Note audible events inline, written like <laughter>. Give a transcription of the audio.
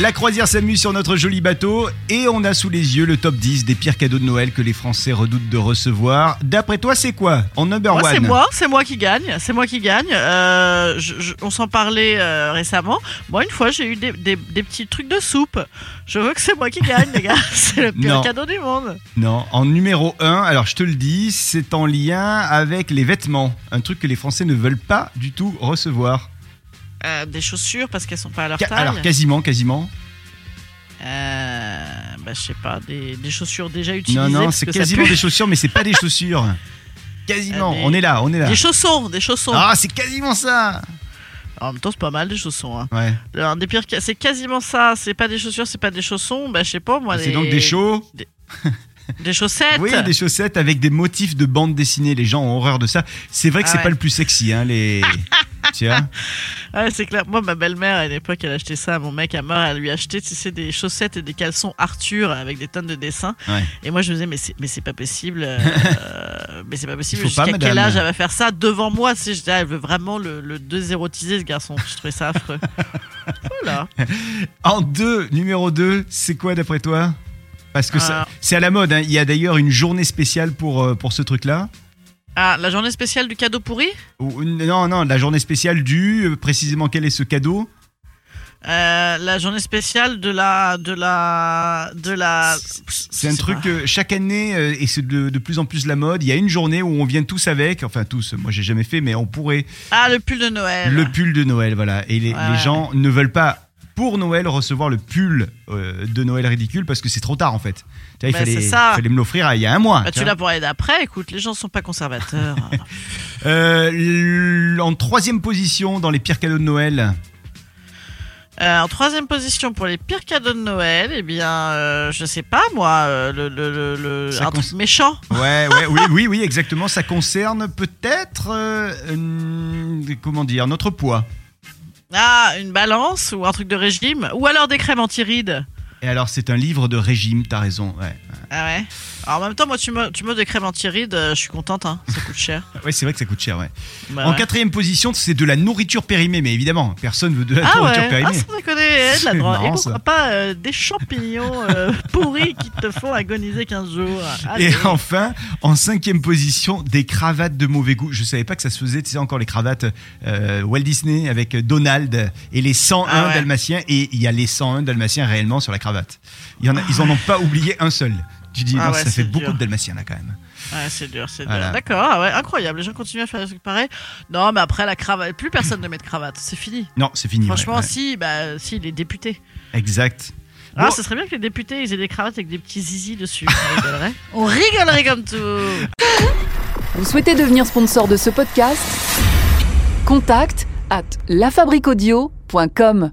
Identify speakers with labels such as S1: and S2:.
S1: La croisière s'amuse sur notre joli bateau et on a sous les yeux le top 10 des pires cadeaux de Noël que les Français redoutent de recevoir. D'après toi, c'est quoi en number
S2: Moi,
S1: one
S2: c'est moi, c'est moi qui gagne, c'est moi qui gagne. Euh, je- je- on s'en parlait euh, récemment. Moi, une fois, j'ai eu des, des- des petits trucs de soupe. Je veux que c'est moi qui gagne, les gars. <laughs> C'est le pire
S1: Non.
S2: cadeau du monde.
S1: Non, en numéro 1, alors je te le dis, c'est en lien avec les vêtements. Un truc que les Français ne veulent pas du tout recevoir.
S2: Euh, des chaussures parce qu'elles sont pas à leur
S1: Ca-
S2: taille.
S1: alors quasiment, quasiment.
S2: Euh, bah, je sais pas, des, des chaussures déjà utilisées.
S1: non, non,
S2: parce
S1: c'est
S2: que ça
S1: quasiment
S2: pue.
S1: des chaussures, mais c'est pas des
S2: <laughs>
S1: chaussures. Quasiment,
S2: Ah, mais-
S1: on est là, on est là.
S2: Des chaussons, des chaussons.
S1: Ah, c'est quasiment ça
S2: En même temps, c'est pas mal des chaussons. hein.
S1: Ouais,
S2: Alors, des pires, ca- c'est quasiment ça. C'est pas des chaussures, c'est pas des chaussons. Bah, je sais pas, moi.
S1: c'est
S2: des-
S1: donc des chauds.
S2: Des chaussettes.
S1: Oui, des chaussettes avec des motifs de bande dessinée. Les gens ont horreur de ça. C'est vrai que
S2: Ah
S1: c'est
S2: ouais.
S1: pas le plus sexy, hein,
S2: <laughs>
S1: les. Tiens.
S2: Ouais, c'est clair. Moi, ma belle-mère, à une époque, elle achetait ça à mon mec à mort. Elle lui achetait, tu sais, des chaussettes et des caleçons Arthur avec des tonnes de dessins.
S1: Ouais.
S2: Et moi, je me disais, mais c'est, mais c'est pas possible.
S1: <laughs>
S2: euh, mais c'est pas possible.
S1: Il faut pas,
S2: Jusqu'à quel
S1: madame.
S2: âge elle va faire ça devant moi tu sais, je disais, ah, elle veut vraiment le, le désérotiser, ce garçon. Je trouvais
S1: <laughs>
S2: ça affreux. voilà.
S1: En deux, numéro 2, c'est quoi d'après toi Parce que ça-
S2: Alors.
S1: c'est à la mode. hein. Il y a d'ailleurs une journée spéciale pour, euh, pour ce truc-là.
S2: Ah, la journée spéciale du cadeau pourri
S1: Ou- une- Non, non, la journée spéciale du. euh, Précisément, quel est ce cadeau
S2: Euh, La journée spéciale de la. de la. de la.
S1: C'est un truc euh, chaque année euh, et c'est de, de plus en plus la mode. Il y a une journée où on vient tous avec. Enfin, tous. Moi, j'ai jamais fait, mais on pourrait.
S2: Ah, le pull de Noël.
S1: Le pull de Noël, voilà. Et les,
S2: Ouais,
S1: les
S2: ouais.
S1: gens ne veulent pas, pour Noël, recevoir le pull euh, de Noël ridicule parce que c'est trop tard en fait. Tu vois, il
S2: Bah,
S1: fallait,
S2: c'est ça.
S1: fallait me l'offrir ah, il y a un mois.
S2: Bah,
S1: tu
S2: tu
S1: vois.
S2: l'as pour aller d'après, écoute, les gens sont pas conservateurs.
S1: <laughs> Euh, l- en troisième position dans les pires cadeaux de Noël,
S2: Euh, en troisième position pour les pires cadeaux de Noël, eh bien, euh, je sais pas moi, euh, le, le, le, le-
S1: Ça
S2: un truc
S1: cons-
S2: méchant.
S1: ouais, ouais, oui, oui, oui, exactement. Ça concerne peut-être, euh, euh, comment dire, notre poids.
S2: Ah, une balance ou un truc de régime, ou alors des crèmes anti-rides.
S1: Et alors, c'est un livre de régime. T'as raison. Ouais,
S2: Ah ouais. Alors, en même temps, moi, tu me, tu me des crèmes anti-rides, euh, je suis contente, hein, ça
S1: <laughs>
S2: coûte cher.
S1: ouais c'est vrai que ça coûte cher. Ouais.
S2: Bah
S1: en
S2: ouais.
S1: quatrième position, c'est de la nourriture périmée, mais évidemment, personne veut de la
S2: Ah
S1: nourriture
S2: ouais, ah,
S1: périmée.
S2: sans déconner, eh, de la
S1: C'est
S2: drogue. Et
S1: marrant,
S2: pourquoi
S1: ça.
S2: pas euh, des champignons
S1: <laughs>
S2: euh, pourris qui te font agoniser 15 jours. Allez.
S1: Et enfin, en cinquième position, des cravates de mauvais goût. Je savais pas que ça se faisait. Tu sais encore les cravates euh, Walt Disney avec Donald et les 101
S2: Ah ouais.
S1: dalmatiens. Et il y a les 101 dalmatiens réellement sur la cravate. Il y en a, ils en ont pas oublié un seul. Tu dis,
S2: Ah
S1: non,
S2: ouais,
S1: ça
S2: c'est
S1: fait beaucoup
S2: dur.
S1: de dalmatiens là quand même.
S2: Ouais, c'est dur, c'est
S1: Voilà.
S2: dur. D'accord, ah ouais, incroyable. Les gens continuent à faire des trucs pareils. Non, mais après, la cravate, plus personne ne met de cravate, c'est fini.
S1: Non, c'est fini. ouais,
S2: Franchement,
S1: ouais.
S2: si, bah, si, les députés.
S1: Exact.
S2: Ah,
S1: Bon.
S2: ce serait bien que les députés ils aient des cravates avec des petits zizi dessus.
S1: <laughs>
S2: On rigolerait. On rigolerait comme tout.
S3: Vous souhaitez devenir sponsor de ce podcast Contact à lafabriquaudio.com.